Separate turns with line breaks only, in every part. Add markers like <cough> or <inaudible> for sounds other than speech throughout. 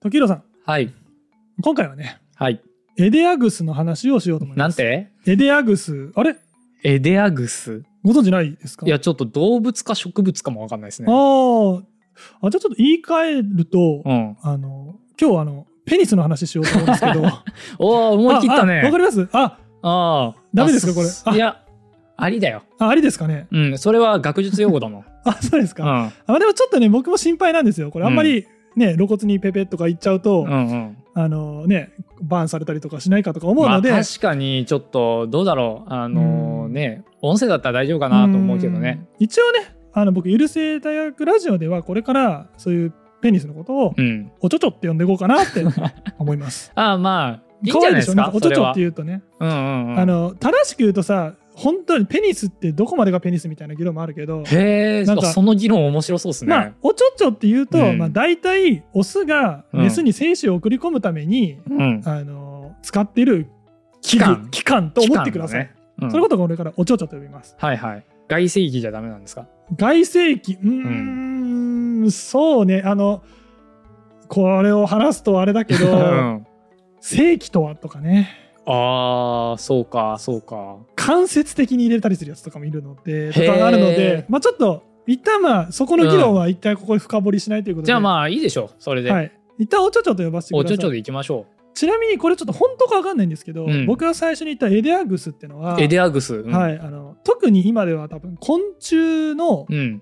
時宏さん、
はい。
今回はね、
はい。
エデアグスの話をしようと思い
な
ま
ん
す。
て
エデアグス、あれ
エデアグス。
ご存知ないですか
いや、ちょっと動物か植物かもわかんないです
あ
ね。
ーあ、じゃあちょっと言い換えると、
うん。
あの、今日はあの、ペニスの話しようと思うんですけど。
おお、 <laughs> 思い切ったね。
ああわかりますあ、
ああ。
ダメですかこれ
あ
あ
いや、ありだよ。
あありですかね。
うん、それは学術用語だ
<laughs>
もん。
あ、そうです
う
か。
ん。
あでもちょっとね、僕も心配なんですよ。これあんまりね、露骨にペペとか言っちゃうと、
うんうん。
あのね、バーンされたりとかしないかとか思う
まあ
ので、
確かにちょっとどうだろうあの
うん
ね音声だったら大丈夫かなと思うけどね
うん。一応ね、あの僕、ゆるせ大学ラジオでは、これからそういうペニスのことを
う、ん、
おちょちょって呼んでいこうかなって
<laughs>
思います。
ああまあいいん
可
じゃ
愛で
ないいで
しょ
す
なん
か
かおち
そ
ょ
れ
ちょっ
は
て言うとね。
うんうんうん
あの正しく言うとさ本当にペニスってどこまでがペニスみたいな議論もあるけど、
へえ
なんか
その議論面白そうですね、
まあおちょちょって言うと、
うん
まあ、大体オスがメスに精子を送り込むために、
うん
あの使ってる
期間
器具器官と思ってください、
期間だねうん
そのことをこれからおちょちょと呼びます
はいはい外生器じゃダメなんですか
外生器うーん、そうねあのこれを話すとあれだけ <laughs>
う
ど
ん
正規とはとかね
ああそうかそうか
間接的に入れたりするやつとかもいるのでと
へー
かあるので、まあ、ちょっと一旦まあそこの議論は一回ここで深掘りしないということで、
じゃあまあいいでしょうそれで、
はい、一旦おちょちょと呼ばせてく
お
だ
ち
さ
ょ
い
ちょでいきましょ
ちなみにこれちょっと本当かわかんないんですけど、
うん
僕が最初に言ったエデアグスってのは
うエデアグス、うん
はい、あの特に今では多分昆虫の、
うん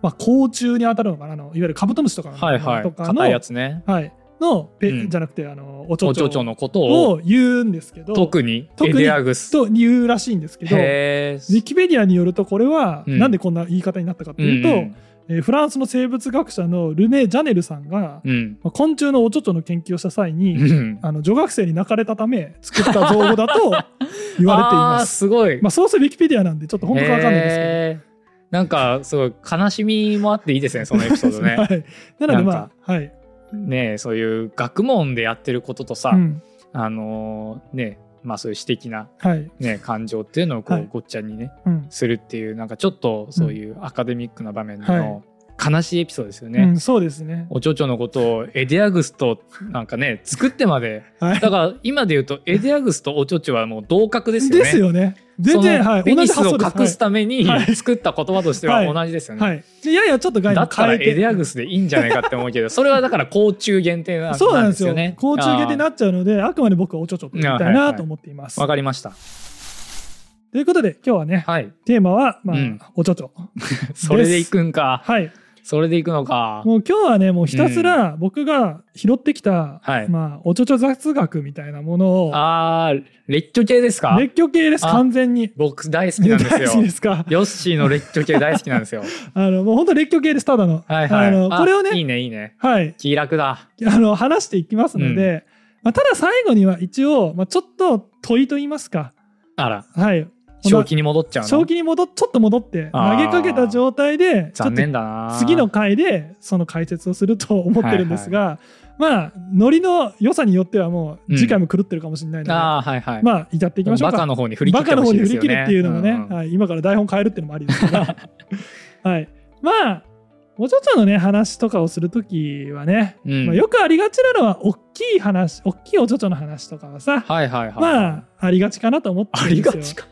まあ、甲虫に当たるのかなあのいわゆるカブトムシとかの
はいは
と
い
かの,、
硬いやつね
はい、のペ、
うん
じゃなくてあのおちょ
お
ち
ちょちょ
ょ
のことを
を言うんですけど
特に
特
エ
に
デアグス
と言うらしいんですけどウ
へえ
ィキペディアによるとこれは、
うん
なんでこんな言い方になったかというと、えーフランスの生物学者のルネ・ジャネルさんが、
うんうん
まあ昆虫のおちょちょの研究をした際に、
うん
あの女学生に泣かれたため作った造
<laughs>
語だと言われていま
あー
す。
すごい、
まあ、そうするウィキペディアなんでちょっと本当かわかんないですけど。
へーなんかすごい悲しみもあっていいですねそのエピソード
<laughs> は
ね
い、なので
なん
ま
か
あはい、
ねえそういう学問でやってることとさ、
うん
あのーねまあそういう私的な、
はい、
ね、感情っていうのをこ
はいう
ごっちゃにね
うん、
するっていうなんかちょっとそういうアカデミックな場面での悲しいエピソードですよね。
うん、そうですね。
おちょちょのことをエデアグスとなんかね作ってまで
はい。
だから今で言うとエデアグスとおちょちょはもう同格ですよね。
ですよね。全然
その
はい、
ペ
同
ニ
じ
ス
発想
を
です。
隠すために
はい
作った言葉として
は
はい同じですよね。
はい、はいでややちょっと概
だ
念
ったら
変えて、
エデアグスでいいんじゃないかって思うけどそれはだから甲虫限定なんです
そうなんです
よ
よ
ね。。
高中下で
あ
なっちゃうので、あくまで僕はおちょちょと言いたい
あはい
な
はい
と思っています。
ーわかりました。
ということで今日はね、
はい。
テーマはまあ、
うん
おちょちょ。
それでいくんか。
はい。
それでいくのか。
もう今日はね、もうひたすら僕が拾ってきた、
はい
まあおちょちょ雑学みたいなものを
あー、列挙系ですか
熱狂系です
あ
完全に。
僕大好きなんで
<laughs>
す
大
よ
好き。ですか。
ヨッシーの列挙系大好きなんですよ。
あのもう本当熱狂系ですただの。
はいはい。
あの
あ
これをね
いいねいいね。
はい。
気楽だ。
あの話していきますので、まあ、ただ最後には一応、まあ、ちょっと問いと言いますか、
あら、
はい、
正気に戻っちゃうの
正気に戻っちょっと戻って投
あー
げかけた状態でちょっ
残念
と
だな。
次の回でその解説をすると思ってるんですが、まあノリの良さによってはも
う
うん次回も狂ってるかもしれないので、
あーはいはい。
まあ至っていきましょう
バカ
か。
の方に振り切
バ
って
カの方
ほしい
に振
です
り切
よね。
るっていうのもね、
んん
はい、今から台本変えるっていうのもありです
<laughs>
から、はい、まあお嬢ちゃんのね話とかをするときはね
うん
まあ、よくありがちなのは大きい話大きいおちょちょの話とかはさ、
はいはいはい。
まあありがちかなと思って
あ
るん
り
ですよ
がちか。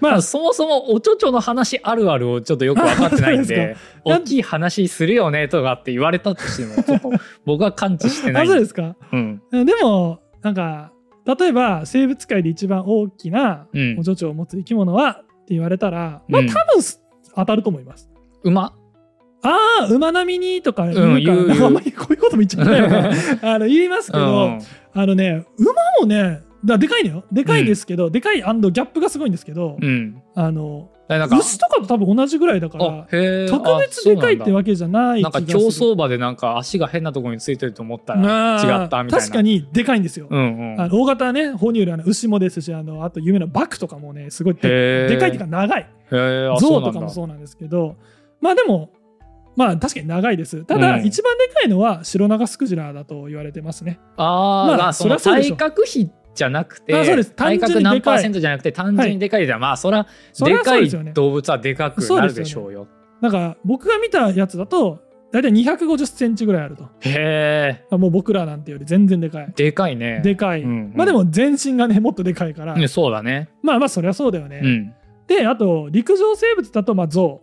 ま
ま
あ
あ、そもそもおちょちょの話あるあるをちょっとよく分かってないん
そうで
で、
か
大きい話するよねとかって言われたとしても、ちょっと僕は感知してな
あ
い。。
そうですすか
うん。
でもなんか例えば生物界で一番大きな
うん
おちょちょを持つ生き物はって言われたら、まあ
うん
多分す当たると思います
馬。
ああ馬並みにとか言うか、
うん言う
なんかあんまりこういうことも言っ
<laughs>
ちゃったよねあの言いますけ
う
ど、
ん。
あのね馬もねだでかいのよでかいですけど、でかい and ギャップがすごいんですけど、
うん。
あの
だからなんか、
牛とかと多分同じぐらいだから
あへえ
特別でかいってわ
け
けじゃない気
なん
がす
か
る
競走馬でなんか足が変なところについてると思ったら
あー
違ったみたいな。
確か。にでかいんですよ、
うんう
あ
ん。
の大型ね哺乳類あの牛もですしあのあと有名なバクとかもねすごい
へ
でで
ー
かいっていうか長い
へえ、あ、そ
象
うな
と
ん
か
だ
も。そうなんですけどまあでもまあ確かに長いですただ、
うん
一番でかいのはシロナガスクジラだと言われてますね
あー
まあ
あ、その
そりゃそうでし
体
ょ
格比じゃなくて
あそうです、単純
体
に
格何パーセン
で
トじゃなくて単純にでかいじゃん。まあ、そら、
そり
で
ゃそ
か
うで
い
すよね
動物はでかくなるでしょうよ。
なんか僕が見たやつだと大体250センチぐらいあると
へえ
あもう僕らなんてより全然でかい
でかいね
でかい、
うんうん
まあでも全身がねもっとでかいから、
ねそうだね
まあまあそりゃそうだよね、
うん
であと陸上生物だとまあゾ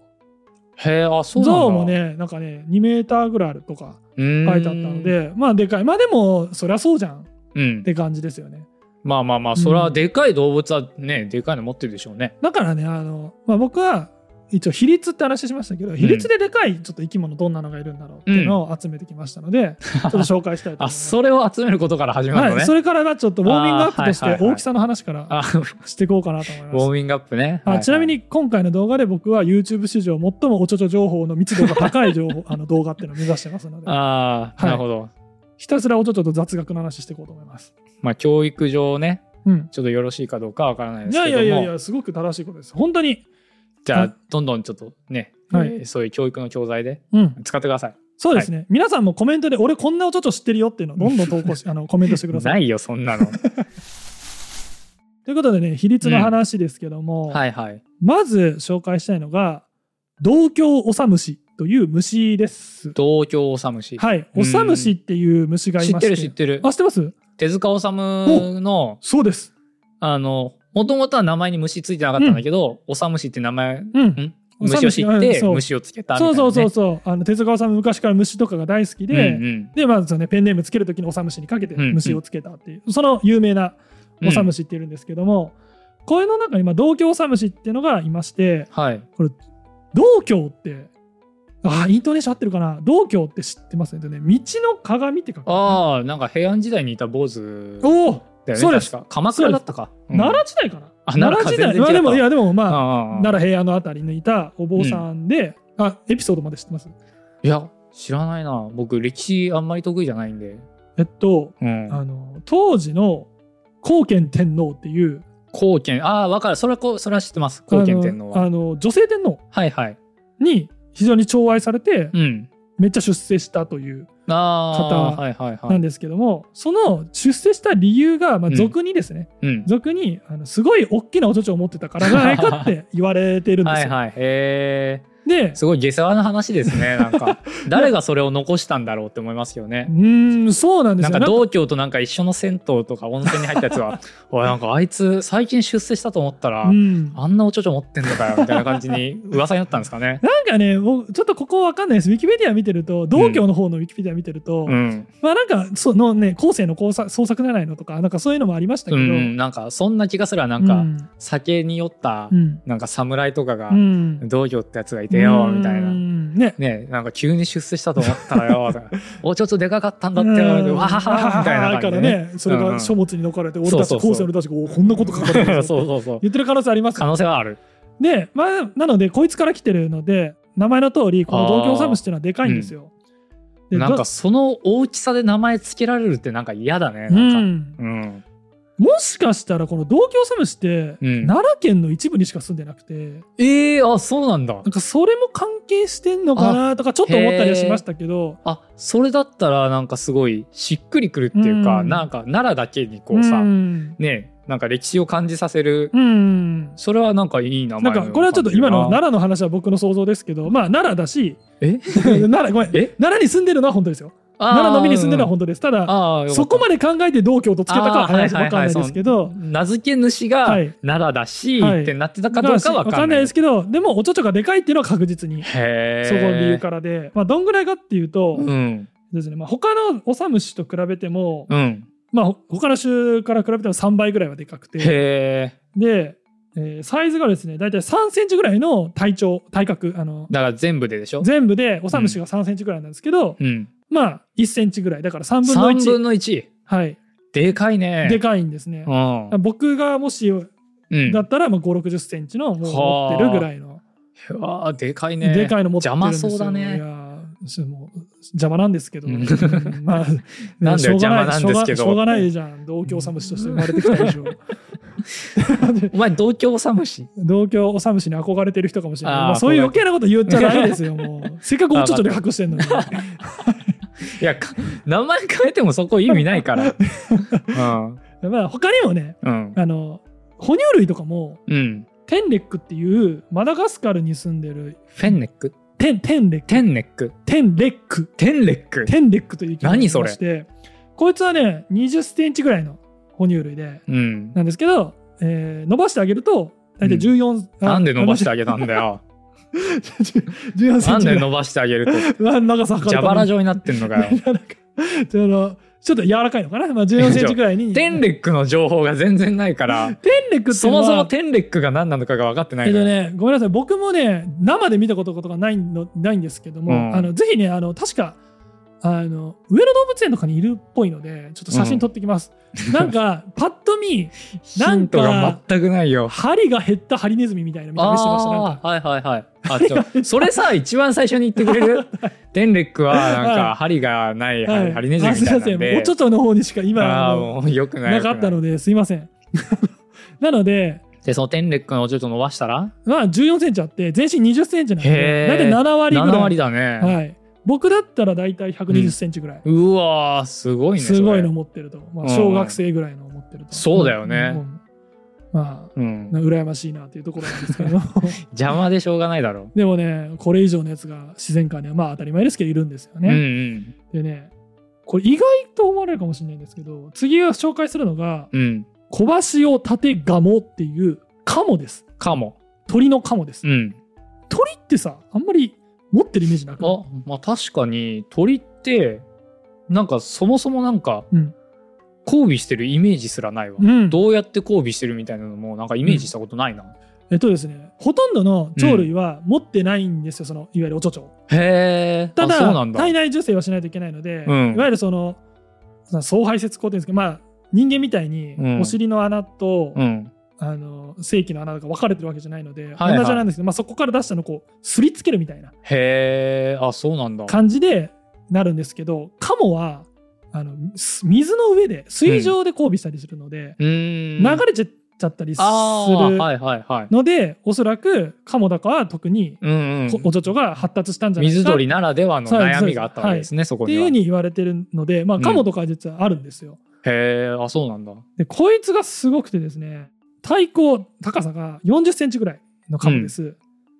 へえあ
ウ
そうなんだ
ゾウもねなんかね2メーターぐらいあるとか
書
書いてあったのでまあでかいまあでもそりゃそうじゃんっ
うん
て感じですよね
まあまあまあそれはでかい動物はねでかいの持ってるでしょうね
だからねあの、まあ、僕は一応比率って話しましたけど比率ででかいちょっと生き物どんなのがいるんだろうっていうのを集めてきましたので、ちょっと紹介したいと思いま
<laughs> あ
す。
それを集めることから始まるの
はい、
ね
それからがちょっとウォーミングアップとし
あーは
て
いはいはい
大きさの話から
あ
していこうかなと思い
ウ
ま
ォ
す。
ーミングアップね
あちなみ
に
に今回の動画で僕は YouTube 史上最もおちょちょ情報の密度が高い情
<laughs>
報あの動画っていうのを目指してますので
ああ
はい
なるほど
ひたすらおちょちょと雑学の話していこうと思います。
まあ教育上ね
うん、
ちょっとよろしいかどうかわからないで
い
す
や
け
い
ど
や
も
いやいやすごく正しいことです。本当に、
じゃ
は
あどんどんちょっとね、
はい
えーそういう教育の教材で
うん、
使ってください
そうですね、皆さんもコメントで俺こんなおちょちょ知ってるよっていう
<laughs>
のをどんどん投稿しあのコメントしてください。
ないよそ
<laughs>
んなの
ということでね比率の話ですけども、
はいはい
まず紹介したいのが同郷オサムシという虫です。
同郷オサムシ
はい、
うん
オサムシっていう虫がい
知
ま
っ
してて
る知ってる
あ知ってます
手塚治虫の
そうです。
あのもともとは名前に虫ついてなかったんだけど、オサムシって名前
うん
ん
オサ
虫
ムシ
を知って、
うんそう
虫をつけたみたい
そ
な、
う
ね、
そうそうそうあの手塚治虫昔から虫とかが大好き
うん
で、
うん
でまあそのね、ペンネームつけるときにオサムシにかけて
うんうん
虫をつけたっていう、その有名なオサムシっているんですけども、これの中にまあ同郷オサムシっていうのがいまして
はい
道教ってあーイントネーション合ってるかな道教って知ってますね,、ね道の鏡って書く
ああなんか平安時代にいた坊主だよね
おお、そうです
確か鎌倉だったか、うん
奈良時代かな
あ
奈良時代ま
全然違っ
あ
た
でもいやでもまあ
ああ
奈良平野のあたりにいたお坊さんで、あエピソードまで知ってます
いや知らないな僕歴史あんまり得意じゃないんで、
えっと
うん、
あの当時の高賢天皇っていう
貢献ああ分かるそれはこうそれは知ってます貢献天皇
あの
は
あの女性天皇
はいはい
に非常に寵愛されて、
うん
めっちゃ出世したという
ああ
方
はいはいは
ないんですけども、その出世した理由が、まあ、
うん
俗にですね、
うん
俗にあのすごい大きなおちょちょを持ってたからじゃないかって言われてるんです
は
よ。
いはいへえ
です
ごい下世話な話ですね <laughs> なんか誰がそれを残したんだろうって思いますよね
うーんそうなんで
な
す
ん
よ
か
なんか
道教となんか一緒の銭湯とか温泉に入ったやつ <laughs> は「おいなんかあいつ最近出世したと思ったら、
うん。
あんなおちょちょ持ってんのかよ」みたいな感じに噂になったんですか <laughs> ね
なんかね僕ちょっとここわかんないですウィキペディア見てると道教の方のウィキペディア見てると、
うん、
まあなんかそのね後世の工作創作じゃないのとかなんかそういうのもありましたけ
う
ど、
ん、なんかそんな気がするわなん
う
か
ん
酒に酔った
うん
なんか侍とかが
うん
道教ってやつがいてよみたいうな。
んね
ねなんか急に出世したと思ったらよおちょちょでかかったんだってよわはははみたいな
か
感じ
ら
でね。
ねそれ
うんう
が
ん
書物に残られて俺たち
そうそうそう
後世の俺たちがおこんなこと書かれてるんだって
そうそうそう
言ってる可能性あります
可能性はある。
でまあなのでこいつから来てるので名前の通りこの同郷サムシっていうのはでかいんですよ。で
なん
だ
かその大きさで名前つけられるってなんか嫌だね。
う
なんか
ん、
うん
もしかしたらこの同郷サムシって、
うん
奈良県の一部にしか住んでなくて
ええあそうなんだ
なんかそれも関係してんのかなとかちょっと思ったりはしましたけど
あそれだったらなんかすごいしっくりくるっていうか、
うん
なんか奈良だけにこうさ、
うん
ねなんか歴史を感じさせる、
うん
それはなんかいい名前
なんかこれはちょっと今の
奈
奈良の話は僕の想像ですけどまあ奈良だし
良え
奈良ごめん
え
奈良に住んでるのは本当ですよ <laughs> 奈良のみに住んでるのは本当ですただ
ああ
そこまで考えて同郷とつけたかは
あーはい
話
はいはい
わかんないですけど
で名付け主が
はい
奈良だし、
はい
ってなってたかどうかわ
わか
か
ん
ん
な
ないい
です
け
けどでもおちょちょがでかいっていうのは確実にそ
どへえ
この理由からでまあどんぐらいかっていうと
うん
ですねまあ他のオサムシと比べても
うん
まあほ他の種から比べても3倍ぐらいはでかくて
へえ
でえーサイズがですね大体3センチぐらいの体長体格あの
だから全部ででしょ
全部でオサムシが3センチぐらいなんですけど
うん
まあ1センチぐらいだから3分の
3
1
分の1
はい
でかいね
でかいんですね
うん
僕がもし
うん
だったら5 6 0センチのもう持ってるぐらいの
うわーでかいね
でかいの持ってるんですよ
邪魔そうだね
いやーしもう邪魔なんですけど、
うん
うんまあ
<laughs> なんだよ
しょうがい
邪魔なんですけど
しょうがしょうがないじゃん同郷サムシとして生まれてきた以
<laughs>
上
お前同郷サムシ
同郷おサムシに憧れてる人かもしれない
あー
まあ、そういう
憧れ
余計なこと言っちゃダメですよも
<laughs>
うせっかくおちょちょで隠してんのに
いやか名前変えてもそこ意味な
<laughs>
いからうん
まあ他にもね
うん
あの哺乳類とかも
うん
テンレックっていうマダガスカルに住んでる
フェンネック
フテン、テンレック。
テンネック。
テンレック。
テンレック。
テンレックという生き物がい
何
ま
それ
して、こいつはね、20センチぐらいの哺乳類で、
うん。
なんですけど、えー伸ばしてあげると、大体
うん
14、あ
なんで伸ば
<laughs>
してあげたんだよ。
14セ
な
ン
ん
チぐ
で
らい。
伸ばしてあげる
<laughs>
と。
なん長さ測
蛇腹
状
状になってんのか
<laughs>
よ。
ちょっとちょっと柔らかいのかな、まあ、14センチぐらい
<laughs>
に。
テンレックの情報が全然な
<laughs>
いから、
テンレックってい
そう
のは
もそもテンレックが何なのかが分かってない
えっ
の
と
よ
ね、ごめんなさい、僕もね、生で見たことことがないのないんですけども、
うん
あのぜひね、あの確かあの上野動物園とかにいるっぽいので、ちょっと写真撮ってきます。なんか、パッと見、な
ヒ
ん
ントが
か、
全くないよ。
針が減ったハリネズミみたいな見た目してました。なん
あ
か
あー、はいはいはい。あ、ちょ、それさ、一番最初に言ってくれ
<laughs>
るテンレックは、なん
はい
か、針がない、
は
針ネズミ
あ
み
すい
たい
ま
な
せ
ん
ん、も
で
うちょ。っとの方にしか今
あ
あ
あ、
の
もうよくない。
なかった
良く
のですいません。なので、
いで、そのテンレックのちょっと伸ばしたら
まあ、14センチあって、全身20センチなん
へ
で、
ー
だいたい7割ぐらい。
?7 割だね。
はい、僕だったらだいたい120センチぐらい。
うわー、すごいね。それ
すごいの。持ってると、ま
う
あ、
ん
小学生ぐらいの持ってると、
そうだよね
うんまあ
うん。
な羨ましいなというところなんですけ
<laughs>
ど
邪魔でしょうがないだろ
でもねこれ以上のやつが自然界にはまあ当たり前ですけどいるんですよ
う。うんう
ね、
ん。
でねこれ意外と思われるかもしれないんですけど次は紹介するのが
うん。
小橋を立てガモっていうカモです
かも。
鳥のカモです、
うん。
鳥ってさあんまり持ってるイメージなくない
あ、まあ確かに、鳥って、なんかそもそもなんか、
うん
交尾してるイメージすらないわ。
うん
どうやって交尾してるみたいなのも、なんかイメージしたことないな。
えっとですねほとんどの鳥類は持ってないんですよ、そのいわゆるおちょちょ
へえ。
た
あそうな
だ
んだ。
体内受精はしないといけないので、
うん
いわゆるそのその総排泄口っていうんですけど、まあ、人間みたいに
うん
お尻の穴と、
うん。
あの正規の穴が分かれてるわけじゃないので、
はい
同じなんですけど、まあ、そこから出したのをこうすりつけるみたいな
へえ。あ、そうなんだ。
感じでなるんですけどカモはあのす水の上で水上で交尾したりするので、
うーん。
流れちゃったりす
あー
る
はいはいはい。
ので、おそらくカモだかは特に、
うんうん
こ。おちょちょが発達したんじゃない
水
かっ
鳥ならではの
そうです
悩みがあったわけですね、そこ
てい
に
うふ
は。
うに言われてるので、まあ、カモとかは実はあるんですよ。
へえ、あ、そうなんだ。
でこいつがすごくてですね体高高さが4 0ンチぐらいのカモです、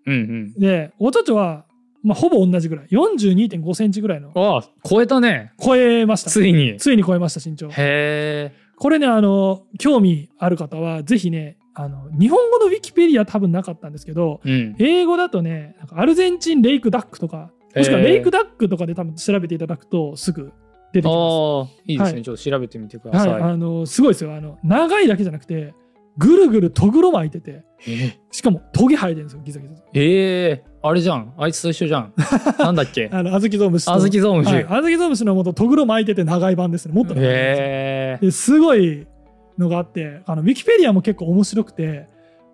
うん
でおちょちょは、まあ、ほぼ同じぐらい4 2 5センチぐらいの
うん。あ、超えたね。
超えました
ついに。へ
ついに超えました身長
え。
これねあの興味ある方はぜひねあの日本語のウィキペディア多分なかったんですけど
うん。
英語だとねなんかアルゼンチンレイクダックとかもしくは
へー
レイクダックとかで多分調べていただくとすぐ出てきます
ああ、いいですね、
はい
ちょっと調べてみてくだ
は
さい。
い、あのすごいですよあの長いだけじゃなくてぐるぐるとぐろ巻いてて
え
しかもトゲ生えてるんですよギザギザ
ええあれじゃん。あいつと一緒じゃん。なんだっけ。
あの小豆ゾウムシと
あずきゾウムシ。
はい、小豆ゾウムシの元とぐろ巻いてて長い版ですねもっと長い版です,、
ええ
ですごいのがあってあのウィキペディアも結構面白くて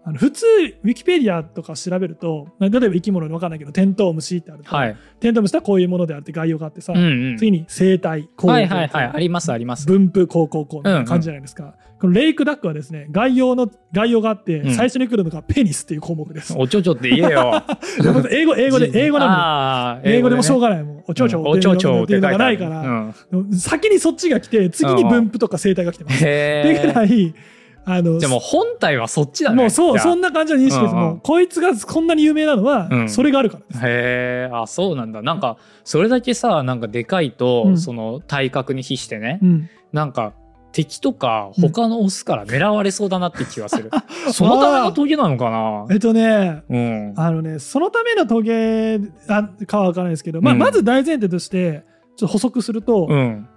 あの普通ウィキペディアとか調べるとまあ例えば生き物の分かんないけどテントウムシってあると、
はい。
テントウムシとはこういうものであるって概要があってさ、
うんうん。
次に生態こう
は
いう
い
こう
はいはい。
こう
ありますあります。
分布こうこうこうみたいな感じじゃないですか、このレイクダックはですね概要の概要があって、
うん
最初に来るのがペニスっていう項目
<laughs>
です
おちょちょって言えよ。
英 <laughs> 語英語で英語なんで
ああ
英語でもしょう
う
がないもん。おちょちょ
おちょちょ
っていうのがないか
う
ら、
ん、
先にそっちが来て、次に分布とか生態が来てます。っ
へ
てぐ
え。
らい、あの、
じゃあもう本体はそっちだね。
もうそう、
じゃあ
そんな感じの認識です。
うんうん
もう、こいつがこんなに有名なの
う
は、
ん
それがあるからです。
へえあそうなんだなんかそれだけさなんかでかいと、
うん
その体格に比してね、
うん
なんか敵とか他のオスから狙われそうだなって気がする、
<laughs>
そのためのトゲなのかな
えっとね、
うん
あのね、そのためのトゲあかはわからないですけど、まあ、
うん
まず大前提として、ちょっと補足すると、
うん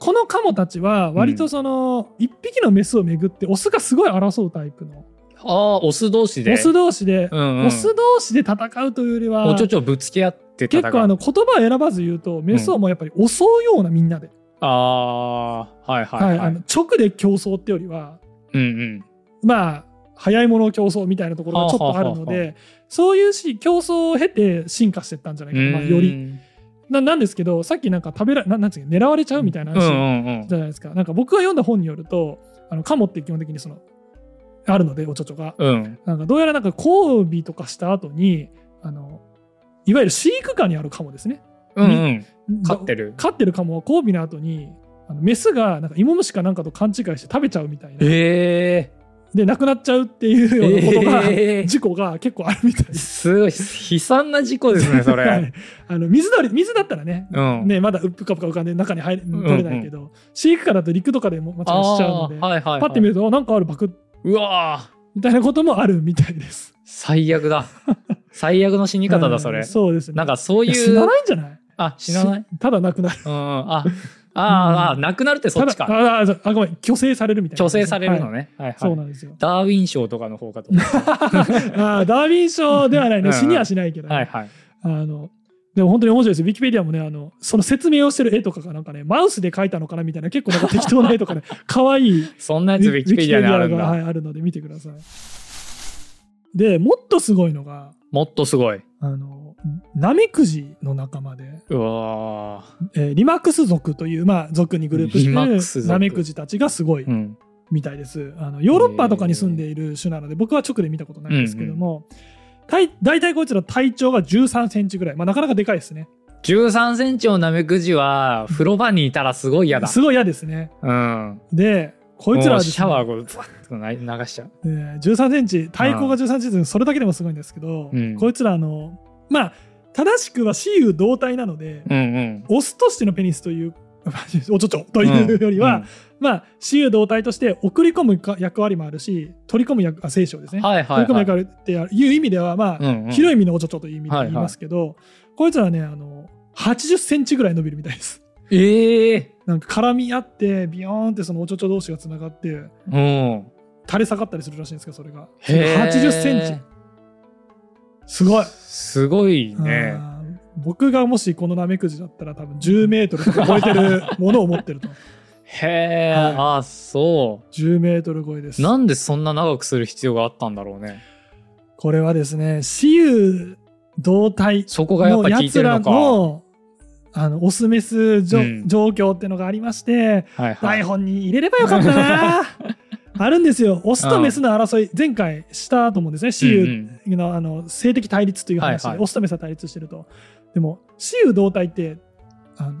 このカモたちは割とその一匹のメスをめぐってオスがすごい争うタイプの
ああオス同士で
オス同士で
うんうん
オス同士で戦うというよりは
おちょちょぶつけ合って戦う
結構あの言葉を選ばず言うとメスをもうやっぱり襲うようなみんなで、
あーはいはいはい、
はいあの直で競争ってよりは
うんうん
まあ早いもの競争みたいなところがちょっとあるの
はあはあ
でそういうし競争を経て進化してったんじゃないうかな、まあ、
ーん
よりななんですけどさっきなんか食べらななんつうか狙われちゃうみたいな
うんう
話
んうん
じゃないですか、なんか僕が読んだ本によるとあのカモって基本的にそのあるのでおちょちょが
うん
なんかどうやらなんか交尾とかした後にあのいわゆる飼育下にあるカモですね
うんうん飼って
る
る
飼ってるカモは交尾の後にあのメスがなんか芋虫かなんかと勘違いして食べちゃうみたいな
ええ
で亡くなっちゃうっていうようなことが、
えー
事故が結構あるみたい
<laughs>
です。
すごい悲惨な事故ですねそ
は
れ
いあの水鳥水だったらね
うん、
ねまだうっぷかぷか浮かんで中に入れ取れないけど、飼育下だと陸とかでも間違いしちゃうので、
あーはいはいはい、
パッて見るとあなんかあるバクッ
うわー
みたいなこともあるみたい
<laughs>
です。
最
<laughs>
悪だ最悪の死に方だそれ、
うんそうですね。
なんかそう
いや
い
死
う
なないんじゃない
あ死なない
しただ亡くなる。
うんああー、あーなくなるってそっち
た
か
だああそうあごめん虚勢されるみたいな、
虚勢されるの
はい
ね、はいはい
そうなんですよ。 <laughs>
ダーウィン賞とかの方かと思った
あーダーウィン賞ではない
うん
ね死にはしないけど、
はいはい
あのでも本当に面白いですよ。ウィキペディアもね、あの、その説明をしてる絵とかがなんかね、マウスで描いたのかなみたいな、結構なんか適当な絵とか
<laughs>
ね、可愛い
そんな
ウ
やつウィキペディアにあるん
が、は
だ
い、あるので見てください。で、もっとすごいのが、
もっとすごい
あの、ナメクジの仲間で、
うわー
えーリマックス族という、まあ、族にグループして
リマックス
る
族
ナメクジたちがすごい
うん
みたいです。あのヨーロッパとかに住んでいる種なので、僕は直で見たことないんですけども、体大体こいつら体長が13センチぐらい、まあ、なかなかでかいですね。
13センチのナメクジは風呂場にいたらすごい嫌だ
すごい嫌ですね。
うん
で、こいつら
も
はで
う
すね
シャワーをブワッと流しちゃう
えー13センチ、体高が13センチでそれだけでもすごいんですけど、
うん
こいつらあの、まあ、正しくは雌雄同体なので、
うんうん
オスとしてのペニスという、 <laughs> おちょちょというよりは、まあ、雌雄同体として送り込むか役割もあるし、取り込む役、あ、聖書です
う
ね。
んはいは
取り
い
込む
はい
役割っていう意味では、まあ、
うんうん
広い意味のおちょちょという意味で言いますけど、こいつらはね、あの、80センチぐらい伸びるみたいです。
ええ
なんか絡み合って、ビヨーンってそのおちょちょ同士がつながって、
うん
垂れ下がったりするらしいんですけど、それが。
へー
80センチ。すごい。
すごいね
あー僕がもしこのナメクジだったら多分10メートルとか超えてるものを持って
<laughs>
ると。
へえ、
はい
ああそ
10メートル超えです
う。なんでそんな長くする必要があったんだろうね
これはですね、雌雄同体
そこがやっ
の
ぱ効
や
いて
つ
る
ら
のかは
のあのオスメスじょ、
うん
状況ってのがありまして、
いはい
台本に入れればよかった
<laughs>
な。あるんですよ。オスとメスの争い、前回したと思うんですね。雌
うんう
雄
ん
のあの性的対立という話で、
はいはい
オスとメスは対立してると。でも、雌雄同体ってあの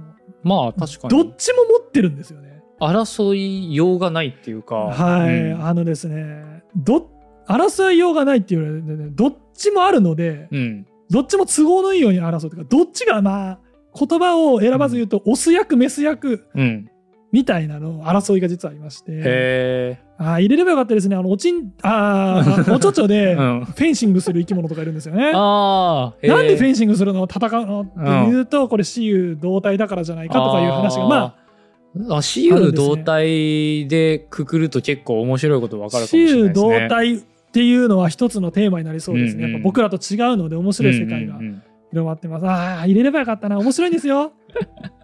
まあ確か
ど
に
っちも持ってるんですよね。
争いようがないっていうか
はい、
うん
あのですねど争いようがないっていうよりはねどっちもあるので、
うん
どっちも都合のいいように争うというかどっちがまあ言葉を選ばず言うと、オス役メス役
うん
みたいなの争いが実はありまして
へ
あー入れればよかったですねあのおちんあーおちょちょ
え
で
<laughs> う
フ
ん
ェンシングする生き物とかいるんですよね。
ああ
なんでフ
ン
ェンシングするの戦うのって言うと、これ雌雄同体だからじゃないかとかいう話がまあ
ああ雌雄同体でくくると結構面白いこと分かるかもし
雌
れない
雄
です
同
ね
体っていうのは一つのテーマになりそうですね、
うんうん
やっぱ僕らと違うので面白い世界が
うんうんうん
広まってます、ああ入れればよかったな面白いんですよ <laughs>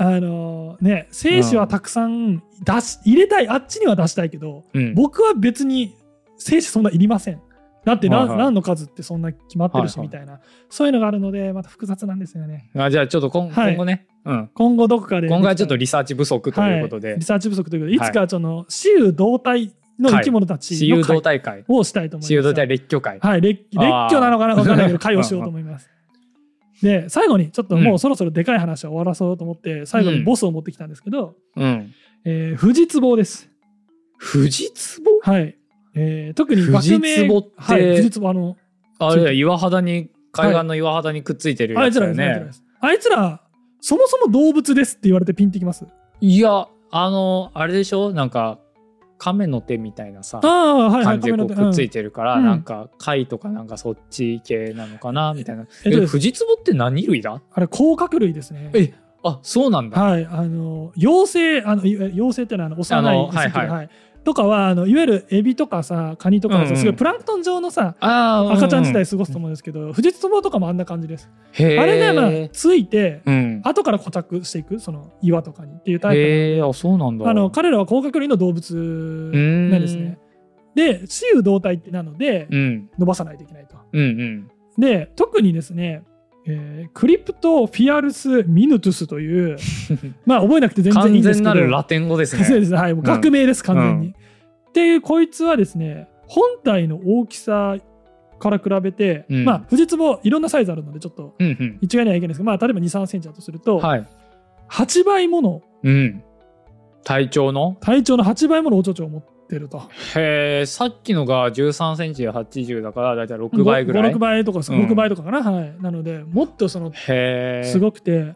あのね精子はたくさん出し入れたいあっちには出したいけど
うん
僕は別に精子そんないりませんだって
は
何,、
いはい
何の数ってそんな決まってるし
はいはい
みたいな、そういうのがあるのでまた複雑なんですよね
あじゃあちょっと今,、
はい
今後ね、うん、
今後どこかで
今回ちょっとリサーチ不足ということで、
はいリサーチ不足ということでいつかその雌雄同体の生き物た
私
ち
有
の
同
会
体会
をしたいと思います
私有同体列挙会、
はい、列列
あー
挙なのかな分からないけど、会をしようと思い
<laughs>
ます。で、最後に、ちょっともうそろそろでかい話は終わらそうと思って、最後にボスを持ってきたんですけど、
うん、
えー、富士壺です。
富士壺
はい。えー、特に
富士
学名
壺って
はい、富士壺、あの、
あれだ岩肌に海岸の岩肌にくっついてる
あ
や
い
つ
つ
だ
ら
よ
です、あいつら
ね
で、す。あいつら、そもそも動物ですって言われてピンってきます。
いやあのあれでしょなんか亀の手みたいなさ
ああ、はいはい、
感じでこう
亀の手
くっつい
うん
てるから、
うん
なんか貝とかなんかそっち系なのかなみたいな、
えっと
え
です
富士壺って何類だ
あれ、甲殻類ですね。
えあそうなんだ、
はい、あの妖精あのい妖精っていうのはあの幼
あ
い
のはいはい
とかはあのいわゆるエビとかさカニとかさ、
うんうん
すごいプランクトン状のさ
ああ
赤ちゃん自体過ごすと思うんですけど、フジツボとかもあんな感じです。
へえ
あれね、まあ、ついて、
うん
後から固着していく、その岩とかにっていうタイプなんで
へえあそうなんだ
あの彼らは甲殻類の動物
ん
なんですね。で、雌雄同体なので、
うん
伸ばさないといけないと。
うんうん
で、特にですね、えークリプトフィアルス・ミヌトゥスという、
<laughs>
まあ覚えなくて全然いい
完
んです
全
けど、
なるラテン語ですね。
そうですはい、もう学名です、完全に。
う
っていう、こいつはですね、本体の大きさから比べて、
うん
まあ、富士壺、いろんなサイズあるので、ちょっと
うん
一概にはいけないですけど、まあ、例えば2、3センチだとする
う
と、
ん。はい。
8倍もの、
うん。体調の
体長の8倍ものおちょちょを持っってると
へえさっきのが13センチで80だからだいたい6
5
倍ぐらい
6倍とか
うん
6倍とかかな、はいなのでもっとその
へえ
すごくて、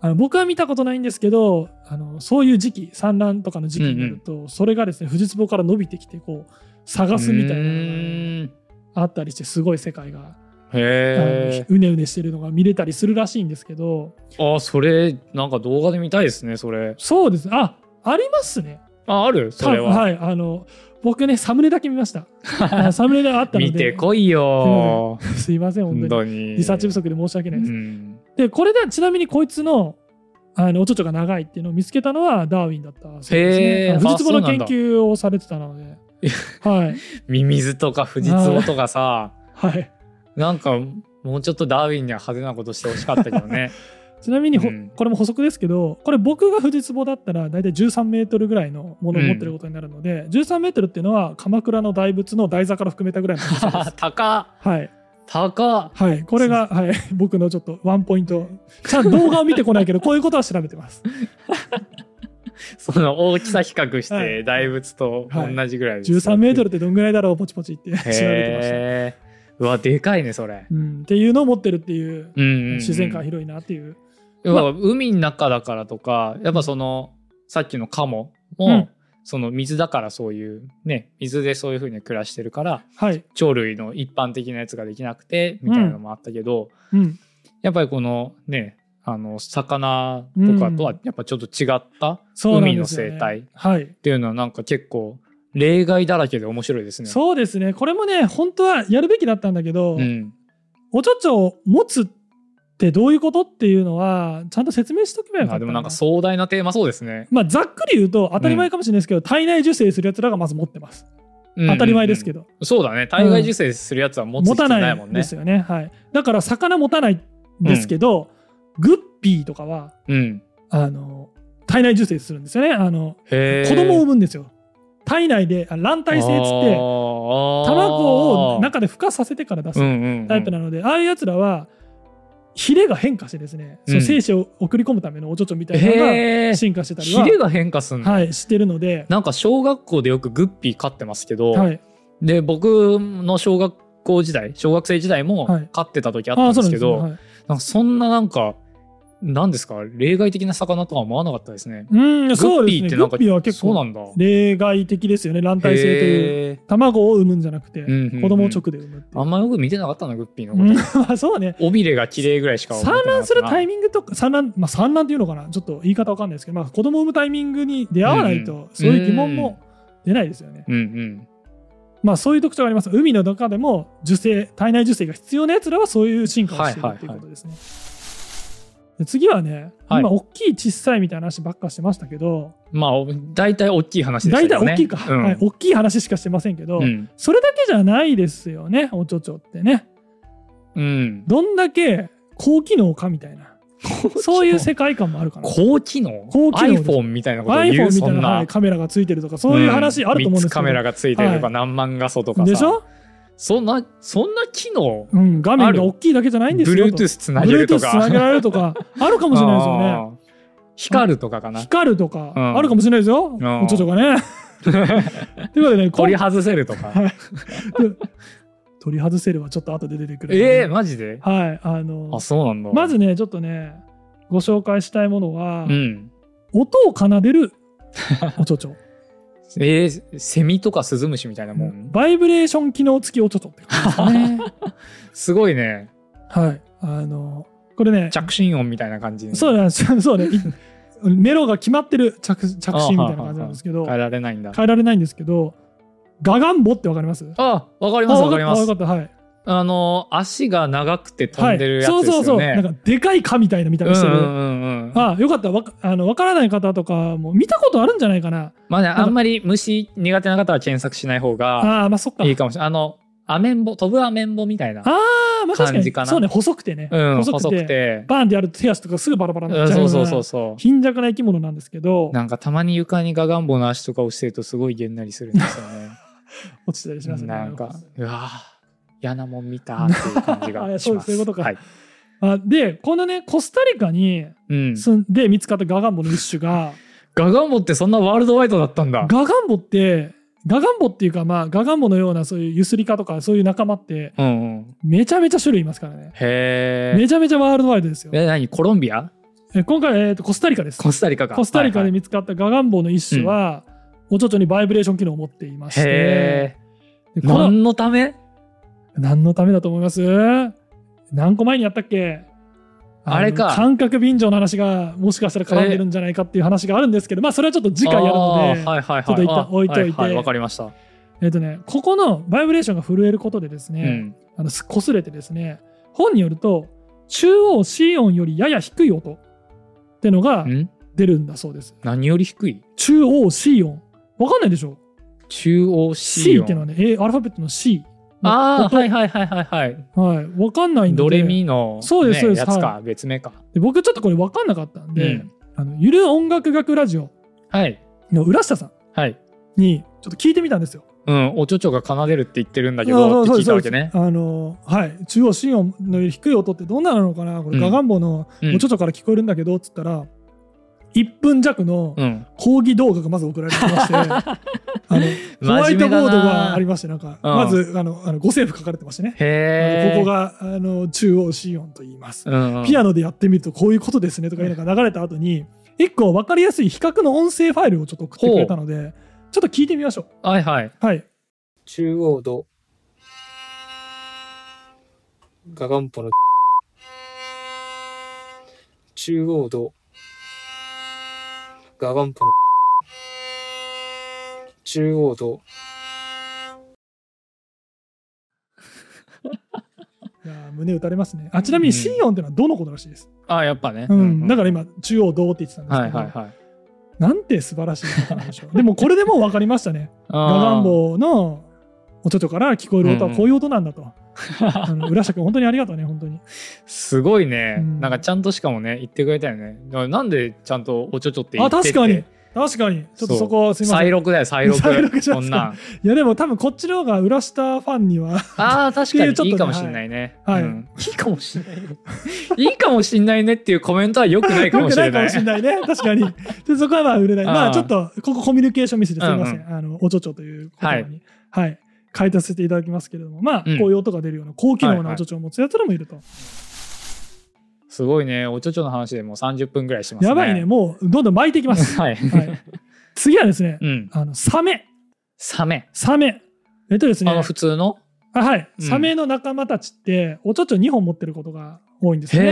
あの僕は見たことないんですけどあのそういう時期産卵とかの時期になると、それがですねフジツボから伸びてきてこう探すみたいなのが
う
ね
ーん
あったりしてすごい世界が、あの
へえ
うねうねしてるのが見れたりするらしいんですけど
あそれなんか動画で見たいですねそれ
そうですあありますね
ああるそれは、
多分いあの僕ねサムネだけ見ました
<laughs>
あサムネがあったので
見てこいよ
すいません本
本
当に
当に
リサーチ不足で申し訳ないです、
うん
でこれでちなみにこいつのあのおちょちょが長いっていうのを見つけたのはダーウィンだったそうです
へー
ね。フジツボ
あ
の
そうなん
研
だ
究をされてたので。はい。
ミミズとかフジツボとかさ
はい。
なんかもうちょっとダーウィンには派手なことしてほしかったけどね
ちなみにほ、
うん。
これも補足ですけど、これ僕がフジツボだったら大体13メートルぐらいのものを持ってることになるので、13メートルっていうのは鎌倉の大仏の台座から含めたぐらいの大きさです
<laughs> 高
はい。
高
はい。これが、はい、僕のちょっとワンポイント。ちゃんと動画を見てこ
<laughs>
ないけど、こういうことは調べてます。
その大きさ比較し
は
て大仏と同じぐらいですよ、
13メート
ル
ルってどんぐらいだろう、ポチポチって <laughs> 調べてました。
うわでかいねそれ、
うん、っていうのを持ってるっていう
うんうんうん
自然界広いなっていう、
要は海の中だからとかやっぱそのさっきのカモも、
うん
その水だからそういうね水でそういうふうに暮らしてるから
はい、
鳥類の一般的なやつができなくてみたいなのもあったけど、
うん、
やっぱりこのねあの魚とかとはやっぱちょっと違った
そうなん
海
で
の
すよね
生態っ
はい、
ていうのはなんか結構例外だらけで面白いですね。
そうですねこれもね本当はやるべきだったんだけど、
うん
おちょちょを持つってどういうことっていうのはちゃんと説明しとけばよか
あ
った
で
な
もなんか壮大なテーマそうですね。
まあ、ざっくり言うと当たり前かもしれないですけど、体内受精するやつらがまず持ってます
うんうんうん
当たり前ですけど、
そうだね。体外受精するやつは持つ
持
必
た
要な
ない
も
い
ん
で
ね。
すよね、はい、だから魚持たないですけど、グッピーとかは
うん。
あの体内受精するんですよねあの
へえ。
子供を
を
産むんですよ体内であ卵体性っつって卵を中で孵化させてから出すタイプなので、ああいうやつらはヒレが変化してですね、その精子を送り込むためのおちょちょみたいなの
へ
が
え。
進化してたり
ヒ
は、
レが変化すんの、
はい、してるので、
なんか小学校でよくグッピー飼ってますけど、
はい、
で僕の小学校時代小学生時代
は
も
い
飼ってた時あっ
あ
た
あ
ん
そ
で
うなん
す
です
け
ね
ど、
はい
なんかそんななんかなんですか例外的な魚とは思わなかったですね。
うんそう
グッ
です
ピー
ね
って
グ
なんか
ッピーは結
そうな
構
んだ。
例外的ですよね卵体性という
へえ
卵を産むんじゃなくて、
んうんうん
子供を直で産むってい
あ
うん
まよく見てなかったなグッピーのこと。
うん <laughs> まあそうね
尾びれが綺麗ぐらいしか
産卵するタイ
ミ
ミングとか産卵、まあ、産卵っていうのかなちょっと言い方わかんないですけど、まあ、子供を産むタイミングに出会わない
うんう
と
ん
そういう疑問も出ないですよね、
ングうん
まあそういう特徴があります海の中でも受精体内受精が必要なやつらはそういう進化をしている
はいはいはい
っていうことですね、で次はね、
はい
今大きい小さいみたいな話ばっかしてましたけど
うんまあお大体大きい話でした
大
よ
体
ね
大きいか、
うん
はい、大きい話しかしてませんけど、
うん
それだけじゃないですよねおちょちょってね
うん
どんだけ高機能かみたいなそういう世界観もあるから
高機能
高機能です
iPhone みたいなこと言
iPhone
う
み
そ
たい
ん
なは
ない
カメラがついてるとかそういう話あると思うんですけど、
3つカメラがついてるとか、
は
何万画素とかさ
でしょ、
そんなそんな機能
うん、画面
あ
が
る
大きいだけじゃないんですよと
Bluetooth つなげると
Bluetooth つなげ
から
れると
<laughs>
かあるかもしれないですよね
あー光るとかかな
光るとか、
うん
あるかもしれないですよ、
ん
おちょちょがね。ということでね、
<laughs> 取り
こ
外せるとか
取り外せればちょっと後で出てくる、
ええー、マジで
はい、あの
あそうなんだ
まずね、ちょっとね、ご紹介したいものは、
うん
音を奏で
<laughs>
るおちょちょ、
えー、セミとかスズムシみたいなもん
バイブレーション機能付きおちょちょって感じですか
<laughs>
ね。
すごいね
はい、あのこれね、
着信音みたいな感じに
そうなんです、そうね、いメロが決まってる着着信みたいな感じなんですけど
変え、られないんだ
変えられないんですけど、ガガンボってわかります
あ、わかり
あ
ますわ
わ
かりま
わ
す
か。った、はい。
あの足が長くて飛んでるやつ
は
で
い、
すよね。
そうそうそうなんかでかい蚊みたいな見た目してる、
うんうんうんうん。
あよかったわかあのわからない方とかも見たことあるんじゃないかな
まあね、
か
あんまり虫苦手な方は検索しない方が
ああーまあそっか
いいかもしれない。あのアメンボ飛ぶアメンボみたいな。
あーまあ確か
感
に
じかな
そうね細くてね、
うん、細
細く
く
て
て。
バーンってやると手足とかすぐバラバラに
う
なっ
ん
ちゃうよ
そうう
な
そうそうそ
貧弱な生き物なんですけど
う。なんかたまに床にガガンボの足とか落ちてるとすごいげんなりするんですよね。
落ちたりしますね
なんか、うわぁ嫌なもん見たっていう感じ
あい <laughs>
が
や
し
そう
ます。
そういうことか
はい。
あでこのねコスタリカに
うん。
住ん
<laughs>
で見つかったガガンボの一種が、
ガガンボってそんなワールドワイドだったんだ。
ガガンボってガガンボっていうか、まあ、ガガンボのようなそういうユスリカとかそういう仲間って、
うんうん。
めちゃめちゃ種類いますからね。
へえ。
めちゃめちゃワールドワイドですよ。
え、何コロンビア
え今回、えーとコスタリカです。
コスタリカか。
コスタリカ
はい
で
はい
見つかったガガンボの一種は、おちょちょにバイブレーション機能を持っていまして、
へ
で
え。
この
何のため
何のためだと思います何個前にやったっけの
あれか
感覚便乗の話がもしかしたら絡んでるんじゃないかっていう話があるんですけど、まあそれはちょっと次回やるので、
あーはいはいはい。
ちょっと一旦置いといて
あははわかりました。
えっ、とねここのバイブレーションが震えることでです
う
ね、
ん。
あのす擦れてですね本によると中央 C 音よりやや低い音ってのが
ん
出るんだそうです。
何より低い
中央 C 音わかんないでしょ
中央 C
C
音
っていうのはね、えアルファベットの C の
ああ、
音
はいはいはいはいはい。
はい、わかんないんで
ドレミの、ね、
そうですそうです
やつか、
は
別名か。
で僕ちょっとこれわかんなかったんで、
うん
あのゆる音楽学ラジオ
はい。
の浦下さん
はい。
にちょっと聞いてみたんですよ。
うん、おちょちょが奏でるって言ってるんだけ
あ
ど
そ
っ
う
て
そう
聞いた
そう
わけね。
あのはい中央 C 音のより低い音ってどんなのかなこれ
うん
ガガンボの
うん
もうちょっとから聞こえるんだけどっつったら、1分弱の
うん。
講義動画がまず送られてきま
<laughs>
して、あのホワイトボードがありましてなんか、
うん
まずあのあの5セーフ書かれてましてね、
へえ。
ここがあの中央 C 音と言います。
うんうん、
ピアノでやってみるとこういうことですねとかいうのが流れた後に一個分かりやすい比較の音声ファイルをちょっと送ってくれたのでちょっと聞いてみましょ
はいはい。
うはい
中央度ガガンポの中央度ガガンポの中央度
いやー胸打たれますねあちなみに C 音っていうのはどのことらしいです、
ああ、やっぱね。
うんだから今中央どうって言ってたんです
は
け
い
ど、
はいはい。
なんて素晴らしいことなんでしょうでもこれでもう分かりましたねガ
ガ
ガンボのおちょちょから聞こえる音はこういう音 <laughs> なんだと、あの浦下君本当にありがとうね本当に
すごいね、
うん
なんかちゃんとしかもね言ってくれたよねだからなんでちゃんとおちょちょって言
あ
ってって
確かに確かにちょっとそこすいませ
再
ん
録だよ再録
再録じゃな
そ
いです
んなん
かいやでも多分こっちの方が浦下ファンには <laughs>
ああ確か
っていうちょっとね
にいいかもしんないね、
はい
うんいいかもしんないねいいかもしんないねっていうコメントはよくないか
良
も
く
し
な
れ
<laughs> いか
な
も
い
しれないね。確かに。でそこはまあ売れない。ま
う
あ
ん
ちょっと、ここコミュニケーションミスですみません。あの、おちょちょという言葉に、はい、変えさせていただきますけれども、まあ、
うん
こういう音が出るような高機能
はいは
ないおちょちょを持つやつらもいると。
すごいねおちょちょの話でもう30分ぐらいしてますね
やばいね。もう、どんどん巻いていきま <laughs> す。
はい、
はい。次はですね、
うん
あの、サメ。
サメ
サメ。えっとですね、
あの普通の、
あはい。
うん
サメの仲間たちって、おちょちょ2本持ってることが多いんですね。
へ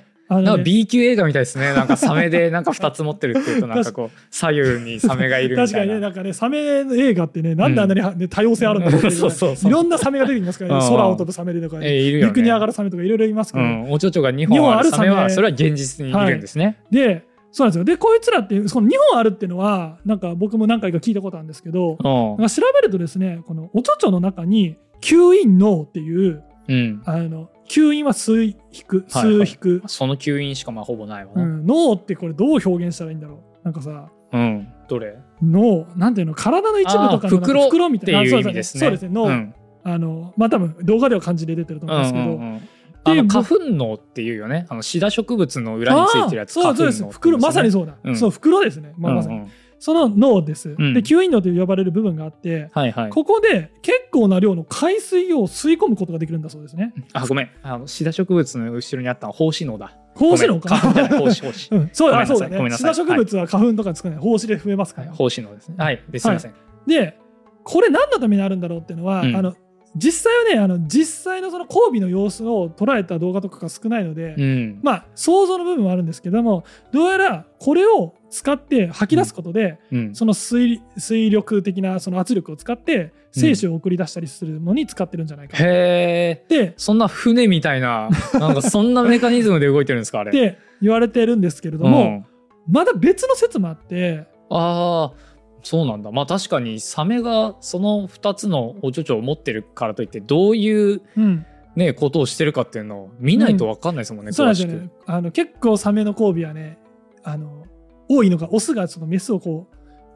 え、
あ
なん
の
か
ね
B 級映画みたいですねなんかサメ
<laughs>
でなんか2つ持ってるっていうとなんかこう左右にサメがいるみ
確
た
か
い
にね、
な
なんかね、サメの映画ってね、なんであんなには、ね多様性あるんだろうってい
<laughs> そうそうそう
いろんなサメが出てきますから
う
ね、
ん
空を飛ぶサメでとかね
え、いるよね
陸に上がるサメとかいろいろいますけ
う
ど、
ん、おちょちょが2
二
本
本
あ
あ
る
る
サメ
サ
は
メ
それは現実にいるんですね。
でそうなんですよでこいつらってその2本あるっていうのはなんか僕も何回か聞いたことあるんですけど
うん
なんか調べるとですねこのおちょちょの中に吸引脳っていう
うん、
あの吸引は吸い引く
はいはい
吸引く、
その吸引しかまあほぼないわ
う
な。
ん、脳ってこれどう表現したらいいんだろうなんかさ
うん、どれっ
脳なんていうの体の一部とかのなんか
あー袋
袋みた
て
いなあ
い
そうう
意味ですね。
そうですね脳、
うん
あのまあ多分動画では漢字で出てると思
う
うん
ん
です
う
けど、
んうんあの
で
花粉のっていうよね。あのシダ植物の裏についてるやつ。
あーそうそうです袋まさにそうだ、
うん
そう袋ですね、まあ、まさに、
に。
その脳です、
ん
で吸引脳と呼ばれる部分があって
はいはい。
ここで結構な量の海水を吸い込むことができるんだそうですね。
あごめん。あのシダ植物の後ろにあったのは胞子のだ。
胞子の
ごめん花粉じゃない胞
か。
子胞子。
うん、そう
ごめん
だ、
なさ
そ
いう
だ
ごめん
ね。
な
シ
さい
ダ植物は花粉とかつかない、胞子で増えますか
はい
ら。
胞子のですね。はい。ですみません。
で、これ何のためにあるんだろうっていうのは、
うん
あの実際はね、あの実際のその交尾の様子を捉えた動画とかが少ないので、
うん。
まあ想像の部分はあるんですけども、どうやらこれを使って吐き出すことで、
うん
その水水力的なその圧力を使って精子を送り出したりするのに使ってるんじゃないかな。
へえ。
で
そんな船みたい
<laughs>
な、なんかそんなメカニズムで動いてるんですかあれ。
って言われてるんですけれど
う
も、
ん
まだ別の説もあって
ああそうなんだまあ確かにサメがその2つのおちょちょを持ってるからといってどういう、
うん
ね、ことをしてるかっていうのを見ないと分かんないですもんね、
そうなんですよ
詳しく
ねあの結構サメの交尾はねあの多いのがオスがそのメスをこ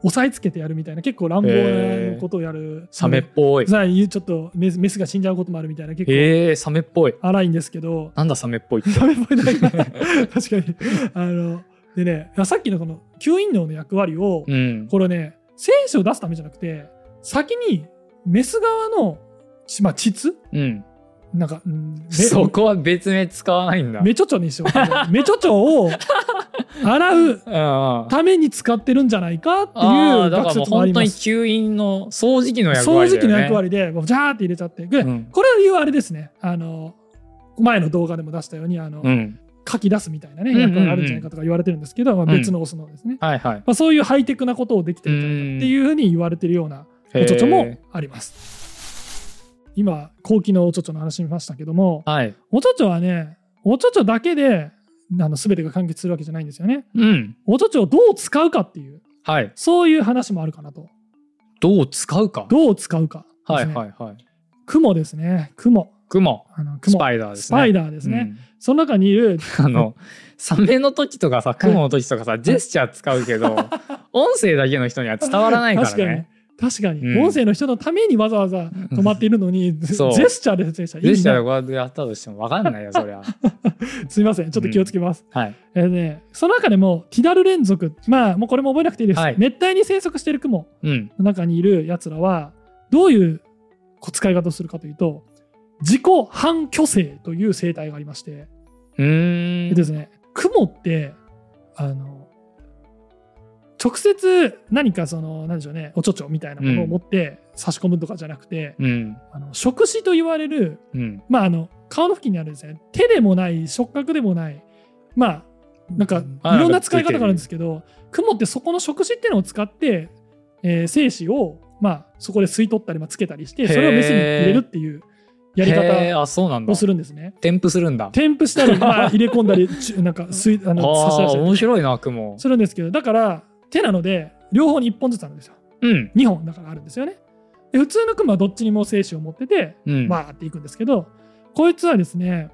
う押さえつけてやるみたいな結構乱暴
へ
な
ー
ことをやる
サメっぽい
さあいうちょっとメスメスが死んじゃうこともあるみたいな結構
へえサメっぽい
荒いんですけど
なんだサメっぽいって
サメっぽいな <laughs> 確
<laughs>
かにあのでねさっきのこの吸引脳の役割を
うん
これね精子を出すためじゃなくて先にメス側の、ちまあ、膣
うん。
なんか、うん
そこは別名使わないんだ。
めちょちょにしよう。めちょちょを洗う
ああ
ために使ってるんじゃないかって
あ
い
あ
う
だから
学
もう
説もあり
本当
ま
に
す。
吸引の掃除機の役
掃
割だよね。
除機の役割で、もうジャーって入れちゃって。で
うん。
これは理由はあれですね。あの、前の動画でも出したように、あの、
うん。
書き出すみたいなね、
うんうんうん
役割あるんじゃないかとか言われてるんですけど、まあ、
うん
別のオスのですね。
はいはい。
まあ、そういうハイテクなことをできてるんじゃないかっていうふうに言われてるようなおちょちょ
へ
もあります。今、後期のおちょちょの話見ましたけども、
え。はい。
おちょちょはね、おちょちょだけで、あの全てが完結するわけじゃないんですよね。
うん。
おちょちょをどう使うかっていう、
はい。
そういう話もあるかなと。
どう使うか。
どう使うか、
はい
ですね
はいはい。
雲ですね。雲。
雲。
あの雲
スパイダーですね。
スパイダーですね。
うん
その中にいる、
あの、サメの時とかさ、雲の時とかさ、ジェスチャー使う
<laughs>
けど、音声だけの人には伝わらないから
確かに
ね。。
確かに、
うん
音声の人のためにわざわざ止まっているのに、ジ
<laughs> そう
ェスチャーで説明した。
ジェスチャーで
い
こうやってやったとしても分かんないよ、
<laughs>
そりゃ。
いなすみません、ちょっと気をつけます。
はい。
えーね、その中でも、ティダル連続、まあ、もうこれも覚えなくていいです。
はい
熱帯に生息している雲
うん。
の中にいるやつらは、どういうこう使い方をするかというと、自己反虚勢という生態がありまして、
うー
で
ん。
ですね、雲って、あの、直接何かその、なんでしょうね、おちょちょみたいなものを持って差し込むとかじゃなくて、
うん。
あの触手と言われる、
うん。
まあ、あの、顔の付近にあるですね、手でもない、触覚でもない、まあ、なんか、
あ
いろんな使い方があるんですすけど、雲ってそこの触手っていうのを使って、えー精子を、まあ、そこで吸い取ったり、まあ、つけたりして、それをメスに入れるっていうやり
へー
方
あ、そうなんだ
を。するんですね。
添付するんだ。
添付した
<laughs>
り、まあ、入れ込んだり、ちゅなんか、吸い、あ
あ
の、差し出し
あー、
たり
面白いな、雲。
するんですけど、だから、手なので、両方に1本ずつあるんですよ。
うん。
2本だからあるんですよね。で普通の雲はどっちにも精子を持ってて、
うん。
バーっていくんですけど、こいつはですね、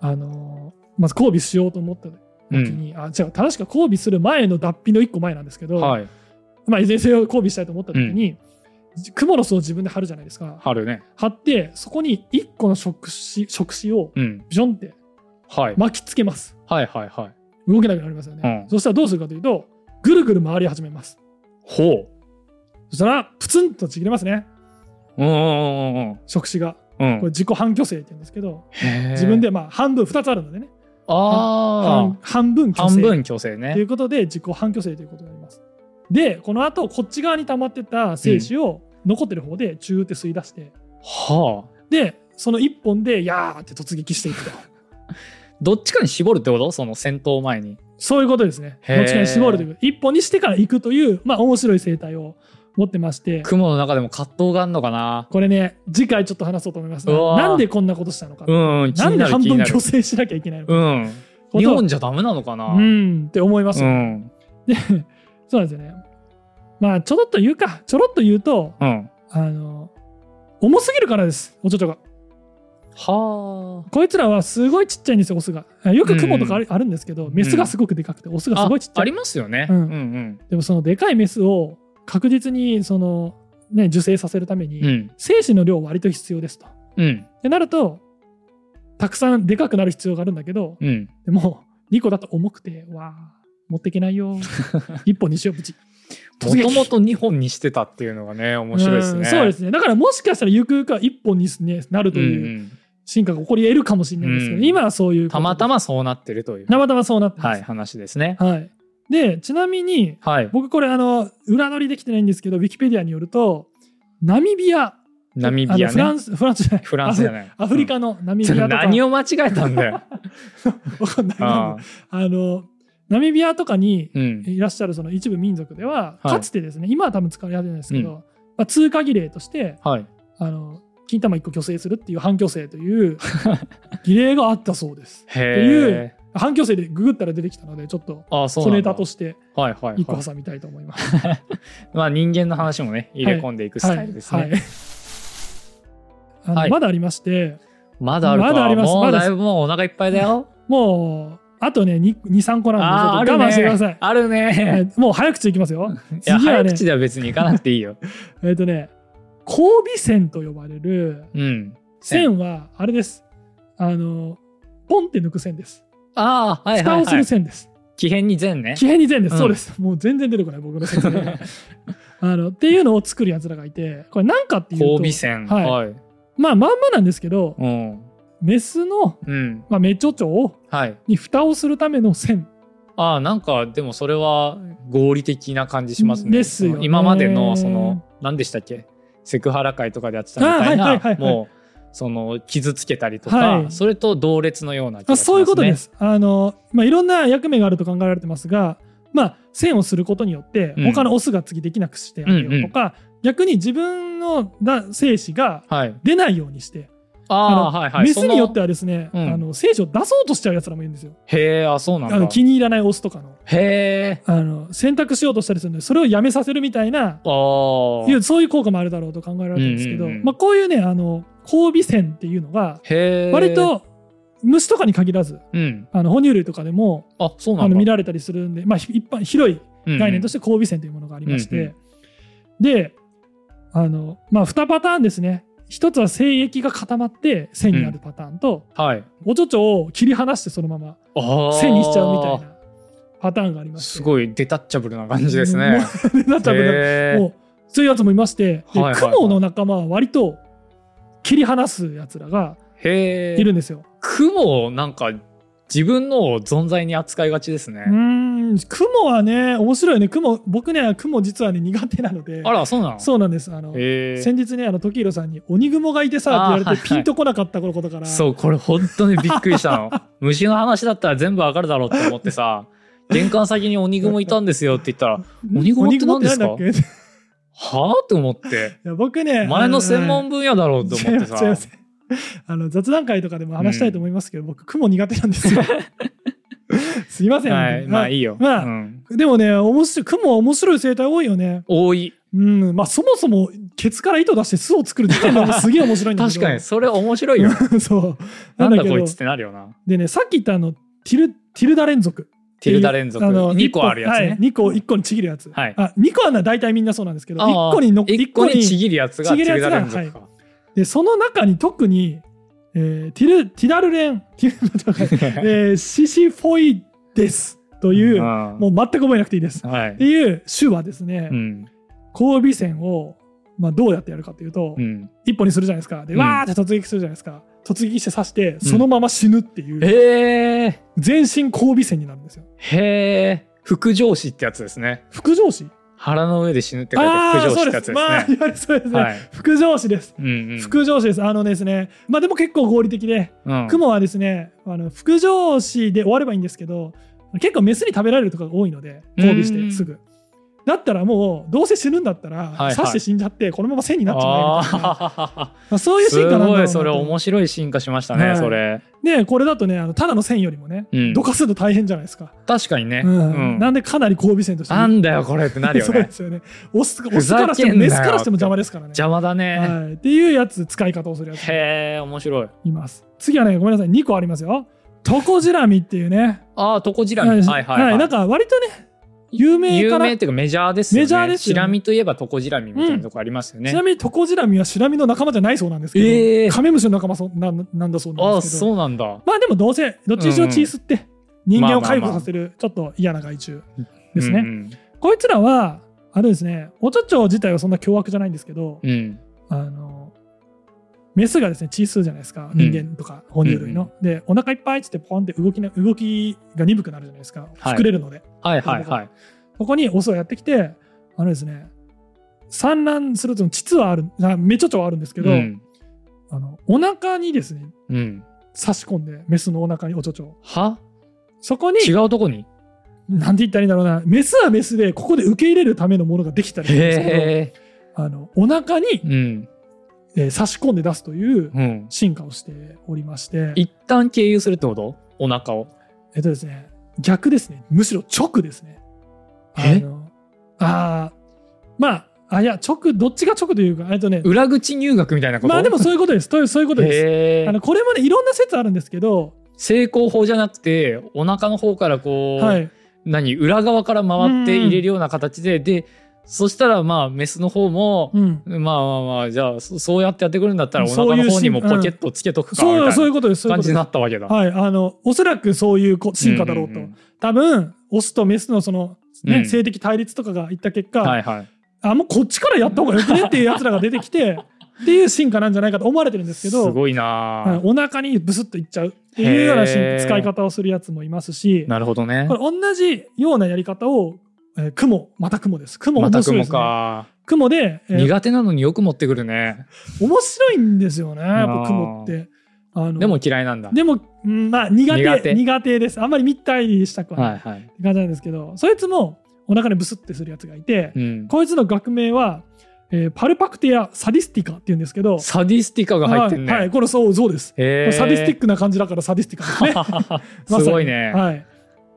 あのーまず交尾しようと思った時に、あ、違う、正しくは交尾する前の脱皮の1個前なんですけど、
はい。
まあ、いずれにせよ交尾したいと思った時に、雲の巣を自分で貼るじゃないですか。
春ね。
貼って、そこに1個の触手触手を
うん。
ビジョンって
はい。
巻きつけます。
はいはいはい。
動けなくなりますよね、
うん
そしたらどうするかというとぐるぐる回り始めます
ほ
そしたらプツンとちぎれますね
う。うんうんうん
触手が
うん
これ
うん。
自己反虚勢って言うんですけど、
自
自分。でまあ半分2つあるのでね
あ
半半分虚
あ。半
勢
分虚勢
とい
ね。
うことで自己反虚勢ということになりますでこの後こっち側に溜まってた精子を残ってる方でチューって吸い出して、
はあ。
でその1本でやーって突撃していくと
どっちかに絞るってことその戦闘前に。
そういうことですね
へー
どっちかに絞るという1本にしてから行くというまあ面白い生態を持ってまして
雲の中でも葛藤があるのかな
これね、次回ちょっと話そうと思います、
うわー
なんでこんなことしたのか。
うん、気
なん
に
で
なる
半
気に
分
なる
虚。勢しなきゃいけないのか。
うん。
こと
日本じゃダメなのかな
うん、って思います
う
よ、
ん。
で、そうなんですよね。まあ、ちょろっと言うか、ちょろっと言うと、
うん。
あの、重すぎるからです、おちょちょが。
は
こいつらはすごいちっちゃいんですよ、オスが。よく雲とかある,、ん、ですけど、メスがすごくでかくて、オスが
あ。
す
あ
ごいちっちゃ
あり
い。
ますよね。
う
うんんうん。
でも、そのでかいメスを確実に、その、ね、受精させるために、
うん。
精子の量割と必要ですと。
うん。
ってなると、たくさんでかくなる必要があるんだけど、
うん。
でも、2個だと重くて、わあ、持っていけない
<laughs>
よ。1本にしよう、プチ。
もとも
と
と2本にしてたっていうのがね、面白いですね。
そうですね。だからもしかしたらゆくゆくは1本にねなると
うんう。
いうん進化が起こり得るかもしれないですけど、
うん
今はそういう。
たまた
ま。
まそうなってるという。
たまたまそうなってま
はい、
す。
話ですね。
はい。で、ちなみに、
はい。
僕これ、あの、裏取りできてないんですけど、ウィキペディアによると、ナミビア。
ナミビ
あの
ア
フラ
ね。
ンス、フランスじゃない。
フランスじゃない。
アフアフリカのナミビ
う
ア
ん
とか。
何を間違えたん
<laughs>
だよ。
わかんない
あ
<laughs> あのナミビアとかに
ーうん。
いらっしゃるその一部民族では、
はい
かつてですね今は多分使われてないですけど、
う
まあ、通過儀礼として
はい。
あの金玉1個虚勢するっていう反虚勢という
<laughs>
儀礼があったそうです
へえ。
反虚勢でググったら出てきたのでちょっと
あー、そう
小
な
ネ
んだ
タとして
はいはい
1個
はい。
挟みたいと思います、
まあ人間の話もね、入れ込んでいくス
はい
タイルですね。
はいあの
はい
まだありまして
まだあるか。
まだあります
も
ま
う
だで
だ
す
いぶもうお腹いっぱい
<laughs>
だよ。
もうあとね23個
あ
な
あ、
ん
あ
でちょっと
るね。
我慢してください
ある
は
ね。
いもう早口いきますよ
いや、
次は
早
ね
口では別に行かなくていいよ。
えっ、とね、交尾線と呼ばれる
うん。
線は、あれです。あの、ポンって抜く線です。
ああ、はい
蓋
は
を
い、
す
は
る
い。
線です。
気変に善ね。
気変に線です、
うん <laughs>
そうです。もう全然出てこない、僕の説明が。あのっていうのを作るやつらがいてこれ何かっていうと
交尾腺。
はい
はい。
まあまんまなんですけど
うん。
メスの、
うん。
まあ、メチョチョを
はい。
に蓋をするための線
ああ、なんか、でもそれは合理的な感じしますね。
ですよね
今までの、その、何でしたっけセクハラ会とかでやってたみた
あはいはい
い
はいは
な、
い
もう、その、傷つけたりと
は
か、
い
それと同列のような気が
あ
しますね。
そういうことです。あのまあ、いろんな役目があると考えられてますが、まあ、線をすることによって
うん
他のオスが次できなくしてあげようとか、逆に自分のだ精子が
はい。
出ないようにして
ああ
あ
ー、はいはい。
メスによって
は。
はですね、
うん
あの精子を出そうとしちゃうやつらもいるんですよ
へえ、あ、そうなん
あの
だ。
気に入らないオスとかの
へえ。
あの選択しようとしたりするのでそれをやめさせるみたいな
ああ。
いうそういう効果もあるだろうと考えられてるんですけど、
うんうんうん
まあ、こういうねあの交尾線っていうのが
へえ。
割、と虫とかに限らず
うん。
あの哺乳類とかでも
あ、そうな
あ
ん
の
だ。。
見られたりするんで、まあ、ひ一般広い概念としてて交尾線というものがありまして、
うんうん
であの、まあ、2パターンですね一つは精液が固まって線になるパターンと、
はい。
おちょちょを切り離してそのまま
ああ。
線にしちゃうみたい。なパターンがありまして
すごいデタッチャブルな感じですね。
<laughs> もうなっちゃうけど
へー
もうそういうやつもいましてで
はいはいはい
クモの仲間は割と切り離すやつらが
へえ。
いるんですよ。
雲をなんか自分のを存在に扱いがちですね
う。ーん雲はね面白いね雲僕ね雲実はね苦手なので
あら、そうなの
そうなんですあの、
へえ。
先日ねあの時宏さんに「鬼雲がいてさ」って言わ
あーは
れ
い
て
はい
ピンとこなかったことから、
そう、これ本当にびっくりしたの。虫の話だったら全部わかるだろうって思っ
<laughs>
てさ、玄関先に鬼雲いたんですよって言ったら、
ん
鬼雲って何ですか
鬼雲って何だっけ
はぁと思って、
<laughs> いや僕ね
前の専門分野だろうと思って
違いま
さ
す。違いますあの雑談会とかでも話したいと思いますけど、僕雲苦手なんですよ <laughs> すいません、
はい、
本当に
まあいいよ。
まあ
うん
でもね面白い雲は面白い生態多いよね
多い。
うんまあそもそもケツから糸出して巣を作る時点でもすげえ面白いんだけ
確
ど
かに、それ面白いよ。
に <laughs> そう
な
なんだ
んだ
けど
こいつってなるよな。
でねさっき言ったあのティルティルダ連続
ティルダ連続。
あの
2個あるやつ
はい
ね。
2個、1個にちぎるやつ。
はい
あ2個はな大体みんなそうなんですけど、
あー
1個にの、
一
一
個
個
にち
に、
ぎるやつが
ちぎ
テ
る
ィルダ
やつが
連続か。
で、その中に特に、えーティル、ティダルレン、ティルダルレン
<laughs>
えーシシフォイデスという、
うん
もう全く覚えなくていいです。っ
はい
て。いう種はですね、
うん。
交尾線を、まあ、どうやってやるかというと、
うん。
一歩にするじゃないですか。で、
うん
わーって突撃するじゃないですか。突撃して刺して、そのまま死ぬっていう、
へえ。
全身交尾線になるんですよ。
へえ。副上司ってやつですね。
副上司
腹の上で死ぬって書いて
ああ
副
ー、
上
そう
司って
で
やつ
す。
で
まあ、
す
い
ね。
わゆるそうですね。
はい。
副上司です。
うんうん。
副上司です。あのですね、まあでも結構合理的で、
うん
クモはですね、あの副上司で終わればいいんですけど、結構メスに食べられるとかが多いので、交尾し
うん
てすぐ。だったらもう、どうせ死ぬんだったら、
はい
刺して死んじゃって、このまま線になっちゃうみたいな、
あ
まあ、そうい
ー
う進
す
化なんだろう
ご
ないと
それ面白い進化しましたね、
はい
それ
ねこれだとね、あのただの線よりもね、
うん
どかすの大変じゃないですか。
確かにね、
う
うん
んなんでかなり交尾線として。
なんだよこれってなるよ
そうで
ね
すよね。オスオスからして
ふざけ
も、
んな
メ
よ
スからしても邪魔ですからね。
邪魔だね、
はい、っていうやつ、使い方をするやつ。
へえ面白い
います。次はね、ごめんなさい、2個ありますよ。トコジラミっていうね。
ああトコジラミ、はいはいはい、
なんか割とね、有名
有
かな。
名っていうかメジャーですよね
メジャーですよね
シラミといえばトコジラミみたいなとこありますよね、
ちなみにトコジラミはシラミの仲間じゃないそうなんですけど、
ええ
カメムシの仲間そうなんなんだそうな
あ
ん
あ
ですけど、
そうなんだ
まあでもどうせ、どっちにしろ血吸って、人間を解雇させる、ちょっと嫌な害虫ですね。
うん
こいつらは、あれですね、おちょちょ自体はそんな凶悪じゃないんですけど、
うん、うん
あの、メスがですね、血吸うじゃないですか、人間とか哺乳類の。で、お腹いっぱいっつって、ポンって動きな動きが鈍くなるじゃないですか、
はい
膨れるので。
はいはいはい
ここにオスがやってきて、あのですね、産卵すると、膣はある、あめちょちょはあるんですけど、
うん
あのお腹にですね、
うん、
差し込んで、メスのお腹におちょちょを。
は
そこに、
違うとこに
なんて言ったらいいんだろうな、メスはメスで、ここで受け入れるためのものができたりするんですけ
へえ
ど、あのお腹に、
うん
えー差し込んで出すという
うん
進化をしておりまして、
一旦経由するってことお腹を
えっとですね、逆ですね、むしろ直ですね。
え
あのあー、まあ、あ、いや、直、どっちが直というか、えっとね、
裏口入学みたいなこと
まあでもそういうことです。というそういうことです。
へえ
あのこれもねいろんな説あるんですけど、
成功法じゃなくてお腹の方からこう、
はい、
何裏側から回って入れるような形で、でそしたらまあメスの方も、
うん、
まあまあまあじゃあそそうやってやってくるんだったらお腹
そうい
の
う
方にも
進化
ポケットつけとくかみ
そうそう
た
い
いう
ことです。そ
な
ういうこ
感
と
じ
で
にな
す。
ったわけだ。
はい、あのおそらくそういうこ進化だろうと、
んんん
多分オスとメスのその、ね
うん
性的対立とかがいった結果、
はいはい。
あもうこっちからやった方がよくねっていうやつらが出てき
<laughs>
てっていう進化なんじゃないかと思われてるんですけ
す
ど
ごいな
はい
あ、
お腹にブスッといっちゃうっていうような進
へー
使い方をするやつもいますし
なるほどね
これ同じようなやり方を、えー、雲また雲です雲
また
面白いで
雲
す、ね
か、
雲で、えー
苦手なのによく持ってくるね
面白いんですよねやっ
あー
ぱ雲ってあの
でも嫌いなんだ
でも、うんまあ、苦手
苦
苦
手
手ですあんまり見たりしたくはない、
はいはい
って感じなんですけどそいつもお腹にブスってするやつがいて、
うん
こいつの学名は、えーパルパクテア・サディスティカっていうんですけど
サディスティカが入ってんね、
はい、はいこれそうそうです、
へー
サディスティックな感じだからサディスティカ
<laughs>
ですねまさに
すごいね
はい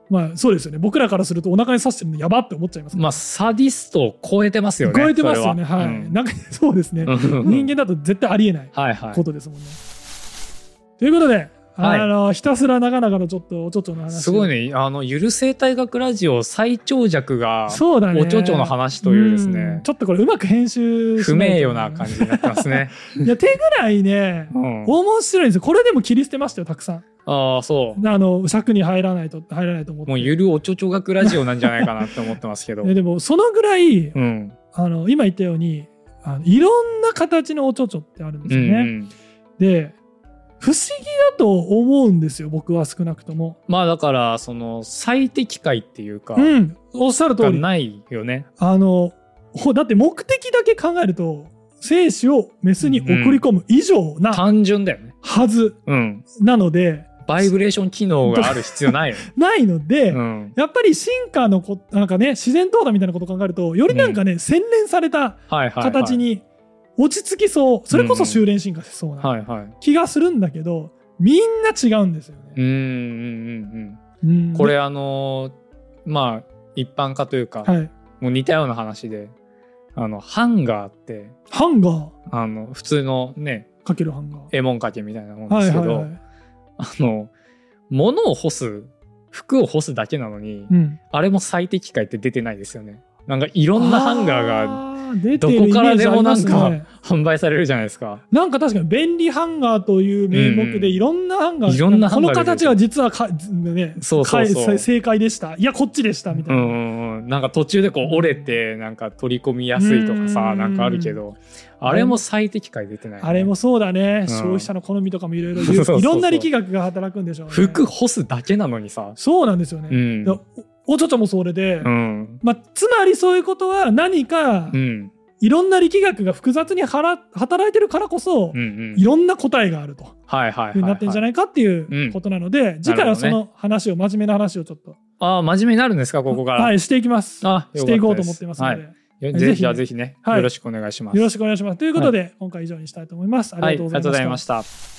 まあそうですよね僕らからするとお腹に刺してるのやばって思っちゃいます
まあサディストを超えてますよね
超えてますよね
それ
はい、なんかそうですね、
うん
人間だと絶対ありえない
<laughs> はいはい
ことですもんね、ということであ
はい
の、ひたすら長々のちょっとおちょちょの話を
すごいねあのゆる生態学ラジオ最長尺が
そうだね
おちょちょの話というですね
んちょっとこれうまく編集し
不
ない
名
と
誉な感じになってま
<laughs>
すね、
いや手ぐらいね
うん、
面白いんですよこれでも切り捨てましたよたくさん
ああそう
あの尺に入らないと入らないと思って
もうゆるおちょちょ学ラジオなんじゃないかなって思ってます
<laughs>
けど
えでもそのぐらい
うん
あの今言ったようにあのいろんな形のおちょちょってあるんで
う
すよね、
んうん
で不思議だと思うんですよ僕は少なくとも
まあだからその最適解っていうか、
うんおっしゃる通
が
り
ないよね
あのほだって目的だけ考えると精子をメスに送り込む以上な
単純だよね
はず
うん
なので、
バイブレーション機能がある必要ないよね、
<laughs> ないので、
うん、
やっぱり進化のこなんかね自然淘汰みたいなことを考えるとよりなんかね、洗練された
はいはい、はい、
形に落ち着きそう、それこそ修練進化しそうな
はいはい
気がするんだけど、みんな違うんですよ
う
ね。
んうんうん
うん
うんこれあのーまあ一般化というか、
はい、
もう似たような話であのハンガーって
ハンガー
あの普通のね
かけるハンガー。
絵文掛けみたいなもんで
はい
すけ
はい
ど、
はい。
あの物を干す服を干すだけなのに、
うん、
あれも最適解って出てないですよねなんかいろんなハンガーが
あー出てる
どこからでも
イメージありますね
なん販売されるじゃないですか
なんか確かに便利ハンガーという名目でいろんなハンガー、
いろんなハンガー
この形は実はか、ね、
そうそうそう
か正解でしたいやこっちでしたみた
う
いな、
んうんうん、なんか途中でこう折れてなんか取り込みやすいとかさ
うん
なんかあるけどあれも最適解出てないよね、
あれもそうだね、
ん
消費者の好みとかもいろいろ
そうそうそう
いろんな力学が働くんでしょうね
服干すだけなのにさ
そうなんですよ
う
ね、
ん
でおおちょちょもそれで、
うん
まあ、つまりそういうことは何か
うん
いろんな力学が複雑にはら働いてるからこそ、
うんうん
いろんな答えがあるという
はいはいは
ふに
いうはい
なってんじゃないかっていうことなので、次回はその話を、真面目な話をちょっと
ああ真面目になるんですかここから、
はい、していきます。
あ
していこうと思っていますので、
はいよ
ぜ
ぜ
ひ
ひじゃあぜひね、
はい
よろしくお願いします
よろしくお願いします。ということで、今回以以上にしたいと思います。ありがとうございました。
はいありがとうございました